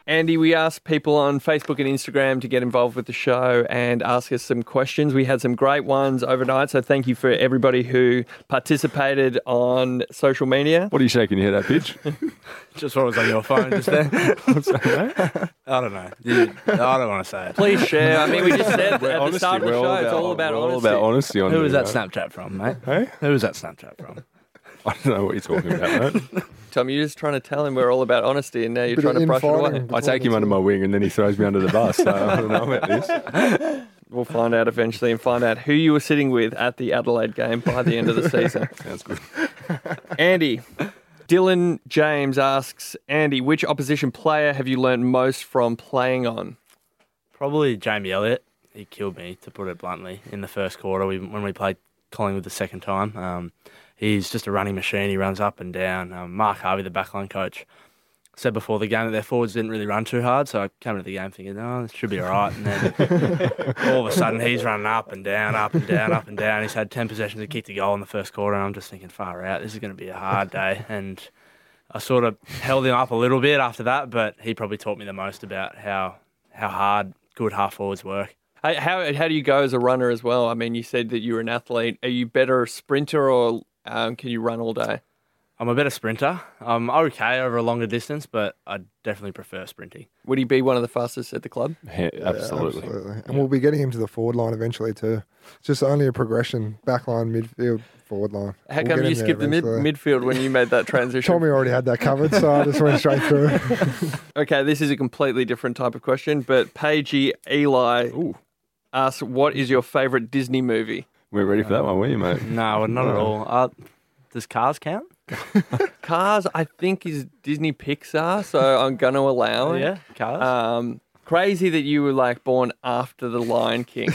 Speaker 1: Andy, we asked people on Facebook and Instagram to get involved with the show and ask us some questions. We had some great ones overnight, so thank you for everybody who participated on social media.
Speaker 2: What are you shaking your head at, Pitch?
Speaker 4: <laughs> Just what was on your <laughs> phone just then. I don't know. You- I don't want to say it.
Speaker 1: Please share. I mean, we just said at the
Speaker 2: Honestly,
Speaker 1: start of the
Speaker 2: we're
Speaker 1: show, it's all about
Speaker 2: we're
Speaker 1: honesty.
Speaker 2: All about honesty on
Speaker 4: Who was
Speaker 2: here,
Speaker 4: that Snapchat from, mate?
Speaker 2: Hey?
Speaker 4: Who was that Snapchat from?
Speaker 2: <laughs> I don't know what you're talking about, mate.
Speaker 1: <laughs> Tom, you're just trying to tell him we're all about honesty, and now you're
Speaker 3: Bit of
Speaker 1: trying to brush it
Speaker 3: infighting.
Speaker 1: away.
Speaker 2: I take him under my wing and then he throws me under the bus. So I don't know
Speaker 1: <laughs>
Speaker 2: about this.
Speaker 1: We'll find out eventually and find out who you were sitting with at the Adelaide game by the end of the
Speaker 3: <laughs>
Speaker 1: season.
Speaker 2: Sounds good.
Speaker 1: Andy, Dylan James asks Andy, which opposition player have you learnt most from playing on?
Speaker 4: Probably Jamie Elliott. He killed me, to put it bluntly, in the first quarter we, when we played Collingwood the second time. Um, he's just a running machine. He runs up and down. Um, Mark Harvey, the backline coach, said before the game that their forwards didn't really run too hard. So I came into the game thinking, oh, this should be all right. And then all of a sudden he's running up and down, up and down, up and down. He's had 10 possessions to kick the goal in the first quarter. And I'm just thinking, far out, this is going to be a hard day. And I sort of held him up a little bit after that, but he probably taught me the most about how how hard good half forwards work.
Speaker 1: How, how, how do you go as a runner as well? I mean, you said that you were an athlete. Are you better a sprinter or um, can you run all day?
Speaker 4: I'm a better sprinter. I'm okay over a longer distance, but I definitely prefer sprinting.
Speaker 1: Would he be one of the fastest at the club?
Speaker 2: <laughs> Yeah, absolutely.
Speaker 3: And we'll be getting him to the forward line eventually too. It's just only a progression: back line, midfield, forward line.
Speaker 1: How come
Speaker 3: We'll get
Speaker 1: you
Speaker 3: him there
Speaker 1: skipped the mid-
Speaker 3: eventually.
Speaker 1: midfield when you made
Speaker 3: <laughs>
Speaker 1: that transition?
Speaker 3: Tommy already had that covered, so I just went
Speaker 1: <laughs>
Speaker 3: straight through.
Speaker 1: Okay, this is a completely different type of question, but Paigey Eli
Speaker 2: Ooh.
Speaker 1: asks, what is your favourite Disney movie?
Speaker 2: We're ready for
Speaker 1: Um,
Speaker 2: that one, were you, mate?
Speaker 4: No, not at all. Uh, does cars count?
Speaker 1: Cars, I think, is Disney Pixar, so I'm going to allow it.
Speaker 4: cars.
Speaker 1: Um, crazy that you were like born after the Lion
Speaker 3: <laughs>
Speaker 1: King.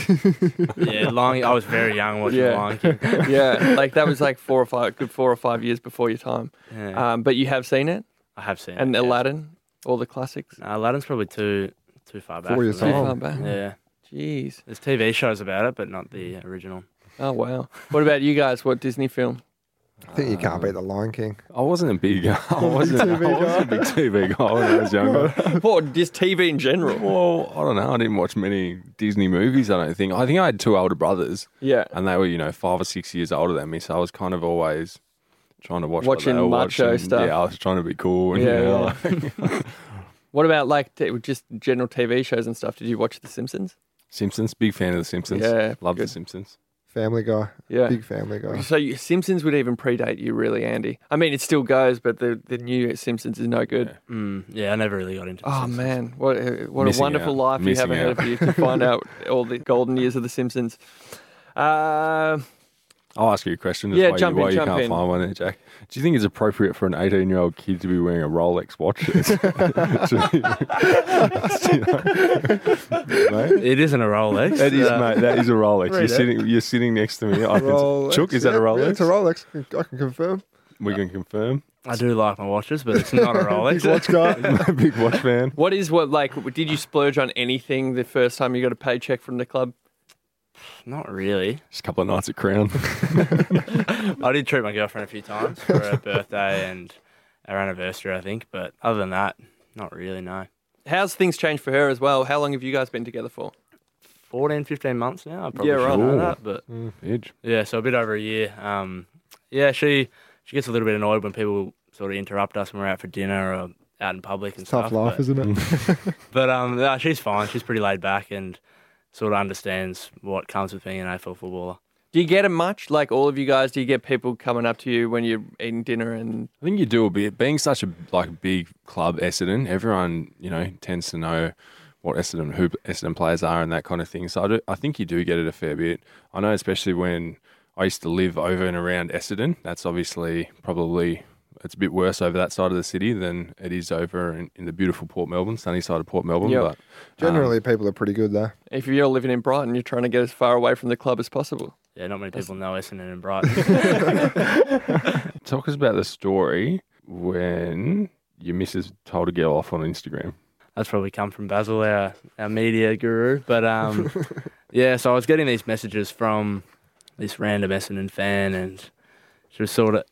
Speaker 4: <laughs> yeah, long. I was very young watching
Speaker 1: Yeah.
Speaker 4: Lion <laughs> King.
Speaker 1: yeah, like that was like four or five, good four or five years before your time.
Speaker 4: Yeah,
Speaker 1: Um, but you have seen it
Speaker 4: I have seen.
Speaker 1: and
Speaker 4: it, yeah.
Speaker 1: Aladdin, all the classics.
Speaker 4: No, Aladdin's probably too too far back.
Speaker 3: Four years
Speaker 4: for me.
Speaker 1: Too
Speaker 3: Oh.
Speaker 1: far back.
Speaker 4: Yeah,
Speaker 1: Jeez.
Speaker 4: there's TV shows about it, but not the original.
Speaker 1: Oh wow. What about you guys? What Disney <coughs> film?
Speaker 3: I think you can't beat the Lion King.
Speaker 2: I wasn't a big, <laughs> I wasn't, I
Speaker 3: TV
Speaker 2: wasn't a big TV guy when I
Speaker 1: <laughs>
Speaker 2: was younger.
Speaker 1: Or just TV in general?
Speaker 2: Well, I don't know. I didn't watch many Disney movies. I don't think. I think I had two older brothers,
Speaker 1: Yeah.
Speaker 2: and they were you know five or six years older than me. So I was kind of always trying to watch
Speaker 1: Watching
Speaker 2: what they were
Speaker 1: macho
Speaker 2: watching.
Speaker 1: stuff.
Speaker 2: Yeah, I was trying to be cool. <laughs> And,
Speaker 1: Yeah,
Speaker 2: yeah,
Speaker 1: yeah. What about like t- just general TV shows and stuff? Did you watch The Simpsons?
Speaker 2: Simpsons. Big fan of the Simpsons.
Speaker 1: Yeah,
Speaker 2: love the
Speaker 1: good.
Speaker 2: Simpsons.
Speaker 3: Family Guy,
Speaker 1: Yeah.
Speaker 3: big Family Guy.
Speaker 1: So you, Simpsons would even predate you, really, Andy. I mean, it still goes, but the the new Simpsons is no good.
Speaker 4: Mm, yeah, I never really got into. The
Speaker 1: Oh
Speaker 4: Simpsons.
Speaker 1: man, what a- what a
Speaker 2: Missing
Speaker 1: wonderful
Speaker 2: out.
Speaker 1: life
Speaker 2: Missing
Speaker 1: you have ahead of
Speaker 2: out.
Speaker 1: you to find out all the golden years of The Simpsons. Uh,
Speaker 2: I'll ask you a question. just
Speaker 1: Yeah,
Speaker 2: why
Speaker 1: jump
Speaker 2: you,
Speaker 1: in,
Speaker 2: why
Speaker 1: jump
Speaker 2: you can't
Speaker 1: in.
Speaker 2: find one there, Jack. Do you think it's appropriate for an 18 year old kid to be wearing a Rolex watch? <laughs> You know? Mate,
Speaker 4: It isn't a Rolex.
Speaker 2: That is,
Speaker 4: Uh,
Speaker 2: mate. That is a Rolex. You're
Speaker 3: Read it.
Speaker 2: sitting. You're sitting next to me. I can,
Speaker 3: Rolex.
Speaker 2: Chook, is that a
Speaker 3: Yeah, yeah,
Speaker 2: Rolex?
Speaker 3: It's a Rolex. I can confirm.
Speaker 2: We can confirm.
Speaker 4: I do like my watches, but it's <laughs> not a Rolex.
Speaker 3: Watch guy.
Speaker 2: <laughs> Big watch fan.
Speaker 1: what is what like? Did you splurge on anything the first time you got a paycheck from the club?
Speaker 4: Not really.
Speaker 2: Just a couple of nights at Crown.
Speaker 4: I did treat my girlfriend a few times
Speaker 3: <laughs>
Speaker 4: for her birthday and our anniversary, I think. But other than that, not really, no.
Speaker 1: How's things changed for her as well? How long have you guys been together for?
Speaker 4: 14, 15 months now. I probably
Speaker 1: Yeah,
Speaker 4: yeah,
Speaker 1: right.
Speaker 4: right.
Speaker 2: Ooh.
Speaker 4: Know that, but
Speaker 2: Huge.
Speaker 4: yeah, so a bit over a year. Um, yeah, she she gets a little bit annoyed when people sort of interrupt us when we're out for dinner or out in public and stuff.
Speaker 3: Tough life,
Speaker 4: but,
Speaker 3: isn't it?
Speaker 2: Mm.
Speaker 4: but um, no, she's fine. She's pretty laid back and sort of understands what comes with being an AFL footballer.
Speaker 1: Do you get it much? Like all of you guys, do you get people coming up to you when you're eating dinner and
Speaker 2: I think you do a bit. Being such a like big club, Essendon, everyone you know tends to know what Essendon who Essendon players are and that kind of thing. So I, do, I think you do get it a fair bit. I know, especially when I used to live over and around Essendon. That's obviously probably it's a bit worse over that side of the city than it is over in, in the beautiful Port Melbourne, sunny side of Port Melbourne.
Speaker 1: Yep.
Speaker 2: But
Speaker 3: <laughs> Generally, people are pretty good
Speaker 2: <laughs>
Speaker 3: though.
Speaker 1: if you're living in Brighton, you're trying to get as far away from the club as possible?
Speaker 4: Yeah, not many people know Essendon
Speaker 3: <laughs>
Speaker 4: and Brighton. <laughs>
Speaker 2: um, talk us about the story when your missus told a girl off on Instagram.
Speaker 4: That's probably come from Basil, our, our media guru. But um, yeah, so I was getting these messages from this random Essendon fan, and she was sort of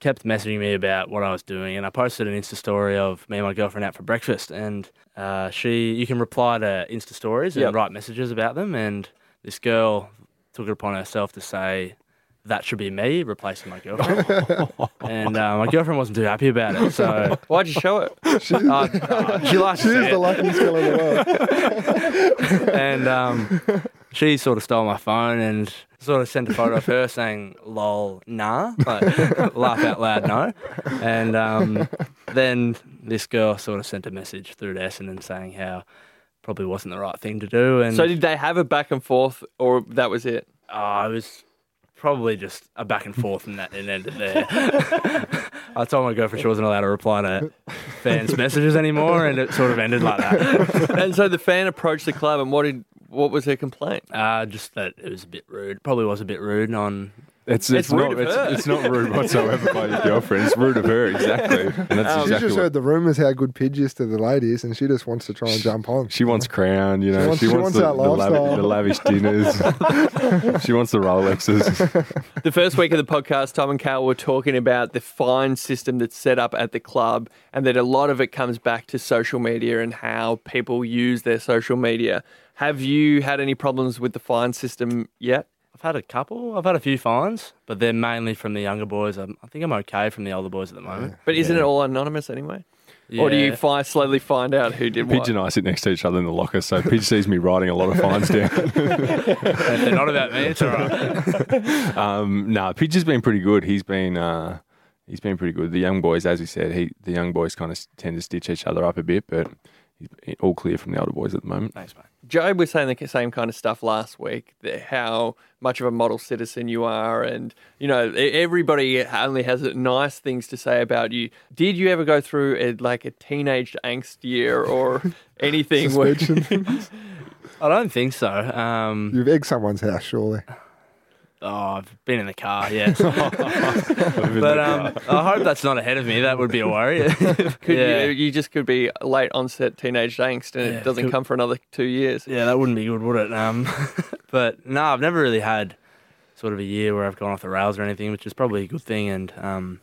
Speaker 4: kept messaging me about what I was doing, and I posted an Insta story of me and my girlfriend out for breakfast. And uh, she, you can reply to Insta stories and
Speaker 1: Yep.
Speaker 4: write messages about them. And this girl took it upon herself to say that should be me replacing my girlfriend. and uh, my girlfriend wasn't too happy about it, so
Speaker 1: Why'd you show it?
Speaker 4: uh, she likes
Speaker 3: She's the luckiest girl in the world.
Speaker 4: and um, she sort of stole my phone and sort of sent a photo of her saying "lol, nah," like <laughs> laugh out loud, no. And um, then this girl sort of sent a message through to Essendon saying how probably wasn't the right thing to do, and
Speaker 1: So did they have a back and forth, or that was it?
Speaker 4: oh, I was probably just a back and forth, and that it ended there. <laughs> I told my girlfriend she wasn't allowed to reply to fans' messages anymore, and it sort of ended like that.
Speaker 1: and so the fan approached the club, and what did what was their complaint?
Speaker 4: Uh, just that it was a bit rude. Probably was a bit rude on
Speaker 2: It's,
Speaker 1: It's rude
Speaker 2: not,
Speaker 1: of
Speaker 2: it's,
Speaker 1: her.
Speaker 2: it's not rude whatsoever by your girlfriend. It's rude of her, <laughs> exactly. And that's <laughs>
Speaker 3: She
Speaker 2: exactly
Speaker 3: just
Speaker 2: what
Speaker 3: heard the rumours how good Pidge is to the ladies, and she just wants to try and jump on.
Speaker 2: she wants. Crown, you know.
Speaker 3: wants-
Speaker 2: She
Speaker 3: she
Speaker 2: wants,
Speaker 3: wants
Speaker 2: the,
Speaker 3: that
Speaker 2: the lavi-
Speaker 3: lifestyle.
Speaker 2: the lavish dinners. <laughs> she wants the <laughs> Rolexes.
Speaker 1: The first week of the podcast, Tom and Cal were talking about the fine system that's set up at the club, and that a lot of it comes back to social media and how people use their social media. Have you had any problems with the fine system yet?
Speaker 4: I've had a couple. I've had a few fines, but they're mainly from the younger boys. I'm, I think I'm okay from the older boys at the moment.
Speaker 1: But isn't it all anonymous anyway? Or do
Speaker 4: Yeah.
Speaker 1: you fi- slowly find out who did what?
Speaker 2: Pidge and I sit next to each other in the locker, so Pidge sees me writing a lot of fines <laughs> down.
Speaker 4: If they're not about me, it's all right.
Speaker 2: Um, nah, Pidge has been pretty good. He's been uh, he's been pretty good. The young boys, as he said, he the young boys kind of tend to stitch each other up a bit, but he's all clear from the older boys at the moment.
Speaker 4: <laughs> Thanks, mate.
Speaker 1: Job was saying the same kind of stuff last week, that how much of a model citizen you are. And, you know, e- everybody only has nice things to say about you. Did you ever go through a, like a teenage angst year or anything? where-
Speaker 3: Suspension.
Speaker 4: I don't think so. Um,
Speaker 3: You've egged someone's house, surely.
Speaker 4: oh, I've <laughs> been in the car, yes. but
Speaker 2: but,
Speaker 4: um, I hope that's not ahead of me. That would be a <laughs> worry.
Speaker 1: <laughs> could
Speaker 4: yeah.
Speaker 1: you, you just could be late onset teenage angst and
Speaker 4: Yeah,
Speaker 1: it doesn't
Speaker 4: could-
Speaker 1: come for another two years.
Speaker 4: yeah, that wouldn't be good, would it? Um, <laughs> but no, I've never really had sort of a year where I've gone off the rails or anything, which is probably a good thing and um,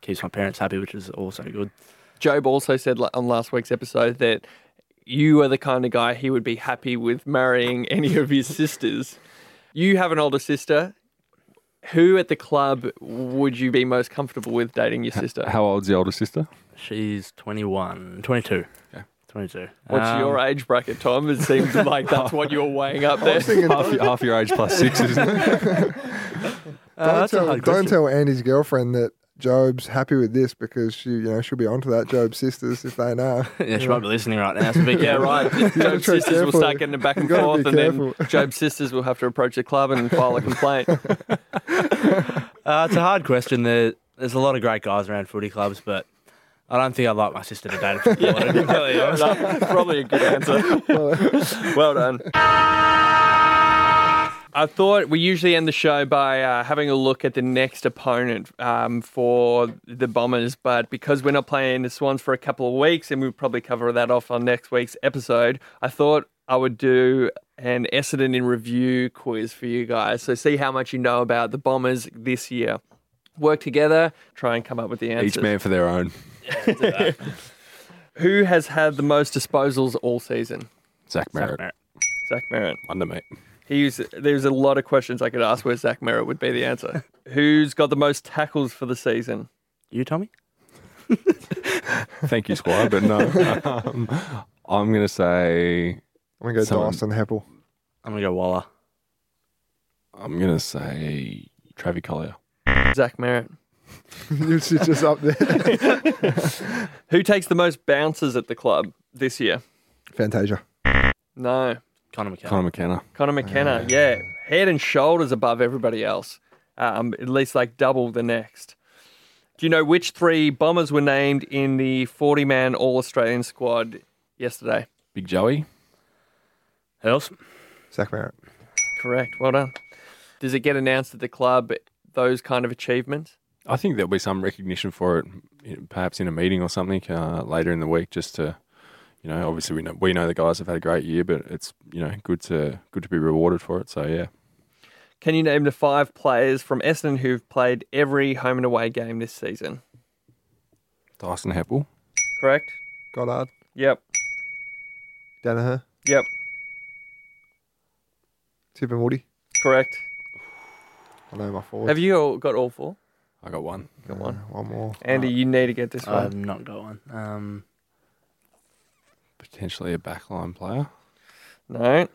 Speaker 4: keeps my parents happy, which is also good.
Speaker 1: Job also said la- on last week's episode that you are the kind of guy he would be happy with marrying <laughs> any of his sisters. You have an older sister. Who at the club would you be most comfortable with dating your sister?
Speaker 2: uh, How old's the older sister?
Speaker 4: She's 21, 22. 22.
Speaker 1: What's
Speaker 4: Um,
Speaker 1: your age bracket, Tom? It seems like that's what you're weighing up there.
Speaker 2: half, your, half your age plus six, isn't it?
Speaker 4: Uh,
Speaker 3: Don't,
Speaker 4: that's a
Speaker 3: tell, don't
Speaker 4: hard question.
Speaker 3: tell Andy's girlfriend that Job's happy with this because she, you know, she'll be onto that Job's sisters if they know.
Speaker 4: Yeah, she might be listening right now. <laughs> So
Speaker 1: <laughs>
Speaker 4: be
Speaker 1: Yeah,
Speaker 4: careful.
Speaker 3: <laughs>
Speaker 1: right. Job's
Speaker 3: try
Speaker 1: sisters will start
Speaker 3: carefully.
Speaker 1: getting it back and
Speaker 3: You gotta be
Speaker 1: forth, and then Job's sisters will have to approach the club and file a
Speaker 3: <laughs>
Speaker 1: complaint.
Speaker 4: Uh, it's a hard question. There, there's a lot of great guys around footy clubs, but I don't think I'd like my sister to date a <laughs> footballer. to be completely honest.
Speaker 1: Probably a good answer.
Speaker 2: <laughs>
Speaker 1: well done. I thought we usually end the show by uh, having a look at the next opponent um, for the Bombers, but because we're not playing the Swans for a couple of weeks and we'll probably cover that off on next week's episode, I thought I would do an Essendon in review quiz for you guys. So see how much you know about the Bombers this year. Work together, try and come up with the answers.
Speaker 2: Each man for their own.
Speaker 1: Who has had the most disposals all season?
Speaker 2: Zach Merritt.
Speaker 1: Zach Merritt. <laughs>
Speaker 2: Wonder mate.
Speaker 1: He's there's a lot of questions I could ask where Zach Merritt would be the answer. Who's got the most tackles for the season?
Speaker 4: You, Tommy?
Speaker 2: Thank you, squad, but no. Um, I'm going to say,
Speaker 3: I'm gonna go
Speaker 2: Someone-
Speaker 3: Dyson Heppel. <laughs>
Speaker 4: I'm going to go Waller.
Speaker 2: I'm going to say Travis Collier.
Speaker 1: Zach Merritt.
Speaker 3: you sit just
Speaker 2: <laughs>
Speaker 3: up there.
Speaker 1: Who takes the most bounces at the club this year?
Speaker 3: Fantasia.
Speaker 1: No.
Speaker 4: Connor McCall.
Speaker 2: Connor McKenna.
Speaker 1: Connor McKenna, yeah. Head and shoulders above everybody else. Um, at least like double the next. Do you know which three bombers were named in the 40 man All Australian squad yesterday?
Speaker 2: Big Joey.
Speaker 4: Who else?
Speaker 3: Zach Merritt.
Speaker 1: Correct. Well done. Does it get announced at the club, those kind of achievements?
Speaker 2: I think there'll be some recognition for it, you know, perhaps in a meeting or something uh, later in the week, just to, you know, obviously we know we know the guys have had a great year, but it's you know good to good to be rewarded for it. So yeah,
Speaker 1: Can you name the five players from Essendon who've played every home and away game this season?
Speaker 2: Dyson Heppel.
Speaker 1: Correct?
Speaker 3: Goddard,
Speaker 1: Yep.
Speaker 3: Danaher,
Speaker 1: Yep.
Speaker 3: Tip and Woody.
Speaker 1: Correct.
Speaker 3: I know my forwards.
Speaker 1: Have you all got all four?
Speaker 2: I got one.
Speaker 1: Got one. Uh,
Speaker 3: One more.
Speaker 1: Andy, you need to get this one.
Speaker 4: I've not got one. Um,
Speaker 2: Potentially a backline player.
Speaker 1: No.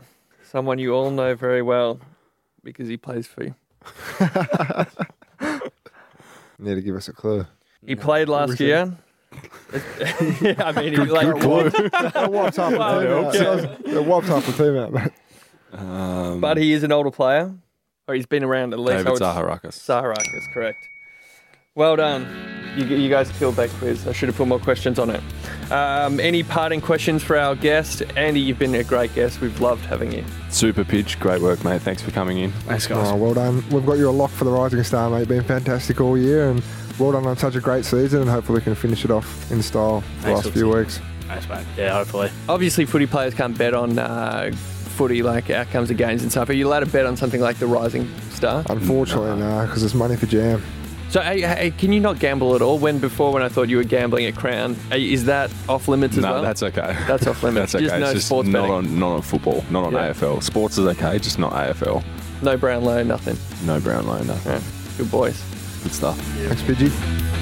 Speaker 1: Someone you all know very well because he plays for you.
Speaker 3: Need to give us a clue.
Speaker 1: He played last
Speaker 3: Who's
Speaker 1: <laughs>
Speaker 3: he?
Speaker 1: year. yeah, I mean, he like,
Speaker 3: <laughs> That wipes half the
Speaker 1: Wow,
Speaker 3: team out.
Speaker 1: okay.
Speaker 3: That wipes half the team out, mate.
Speaker 2: Um,
Speaker 1: but he is an older player, or he's been around at least.
Speaker 2: David
Speaker 1: I would-
Speaker 2: Zaharakis.
Speaker 1: Zaharakis, is correct. Well done. You, you guys killed that quiz. I should have put more questions on it. Um, any parting questions for our guest? Andy, you've been a great guest. We've loved having you.
Speaker 2: Super pitch. Great work, mate. Thanks for coming in.
Speaker 4: thanks, guys.
Speaker 3: Oh, well done. We've got you a lock for the Rising Star, mate. Been fantastic all year, and well done on such a great season. And hopefully, we can finish it off in style the
Speaker 4: Thanks,
Speaker 3: last few
Speaker 4: Wilson.
Speaker 3: weeks.
Speaker 4: Thanks, mate. Yeah, hopefully.
Speaker 1: Obviously, footy players can't bet on uh, footy, like outcomes of games and stuff. Are you allowed to bet on something like the Rising Star?
Speaker 3: Unfortunately, nah, because it's money for jam.
Speaker 1: So, hey, hey, can you not gamble at all? When before, when I thought you were gambling at Crown, hey, is that off limits as
Speaker 2: no,
Speaker 1: well?
Speaker 2: that's okay.
Speaker 1: That's off limits.
Speaker 2: <laughs> That's okay.
Speaker 1: Just no
Speaker 2: it's just
Speaker 1: sports
Speaker 2: not
Speaker 1: betting.
Speaker 2: on not on football, not on
Speaker 1: Yeah.
Speaker 2: AFL. Sports is okay, just not AFL.
Speaker 1: no brown low, nothing.
Speaker 2: No brown line, nothing.
Speaker 1: Good boys.
Speaker 2: Good stuff.
Speaker 3: Thanks, Pidgey.